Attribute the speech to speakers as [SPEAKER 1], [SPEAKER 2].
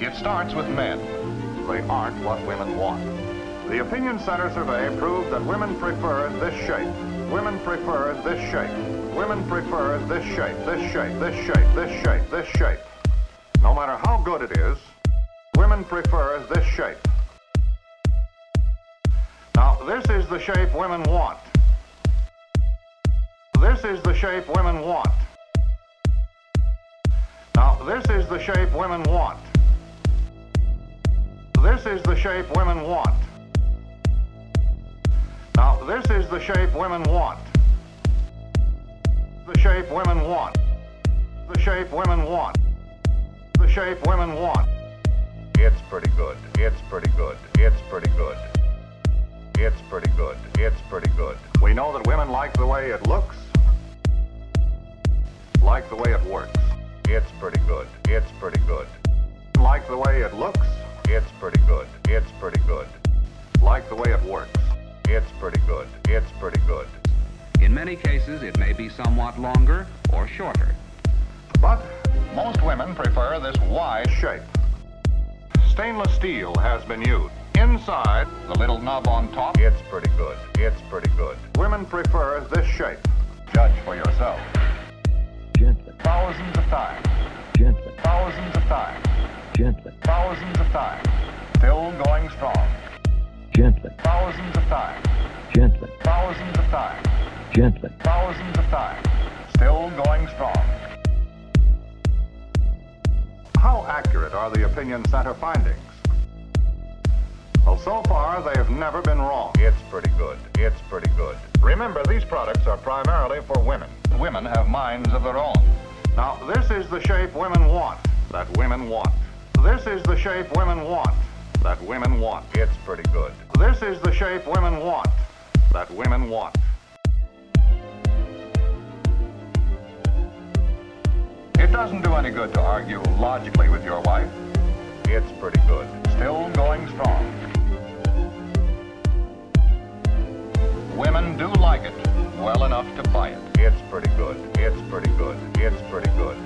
[SPEAKER 1] It starts with men. They aren't what women want. The Opinion Center survey proved that women prefer this shape. Women prefer this shape. Women prefer this shape, this shape, this shape, this shape, this shape. No matter how good it is, women prefer this shape. Now, this is the shape women want. This is the shape women want. Now, this is the shape women want. This is the shape women want. Now, this is the shape women want. The shape women want. The shape women want. The shape women want. It's pretty good. It's pretty good. It's pretty good. It's pretty good. It's pretty good. We know that women like the way it looks, like the way it works. It's pretty good. It's pretty good. Like the way it looks, it's pretty good. It's pretty good. Like the way it works, it's pretty good. It's pretty good.
[SPEAKER 2] In many cases, it may be somewhat longer or shorter.
[SPEAKER 1] But most women prefer this Y shape. Stainless steel has been used. Inside, the little knob on top. It's pretty good. It's pretty good. Women prefer this shape. Judge for yourself.
[SPEAKER 3] gently,
[SPEAKER 1] Thousands of times.
[SPEAKER 3] gently,
[SPEAKER 1] Thousands of times.
[SPEAKER 3] gently,
[SPEAKER 1] Thousands of times. Still going strong.
[SPEAKER 3] gently,
[SPEAKER 1] Thousands of times.
[SPEAKER 3] gently,
[SPEAKER 1] Thousands of times.
[SPEAKER 3] gently.
[SPEAKER 1] Thousands of times. Still going strong. How accurate are the Opinion Center findings? Well, so far, they have never been wrong. It's pretty good. It's pretty good. Remember, these products are primarily for women. Women have minds of their own. Now, this is the shape women want, that women want. This is the shape women want, that women want. It's pretty good. This is the shape women want, that women want. It doesn't do any good to argue logically with your wife. It's pretty good. Still going strong. Women do like it well enough to buy it. It's pretty good. It's pretty good. It's pretty good.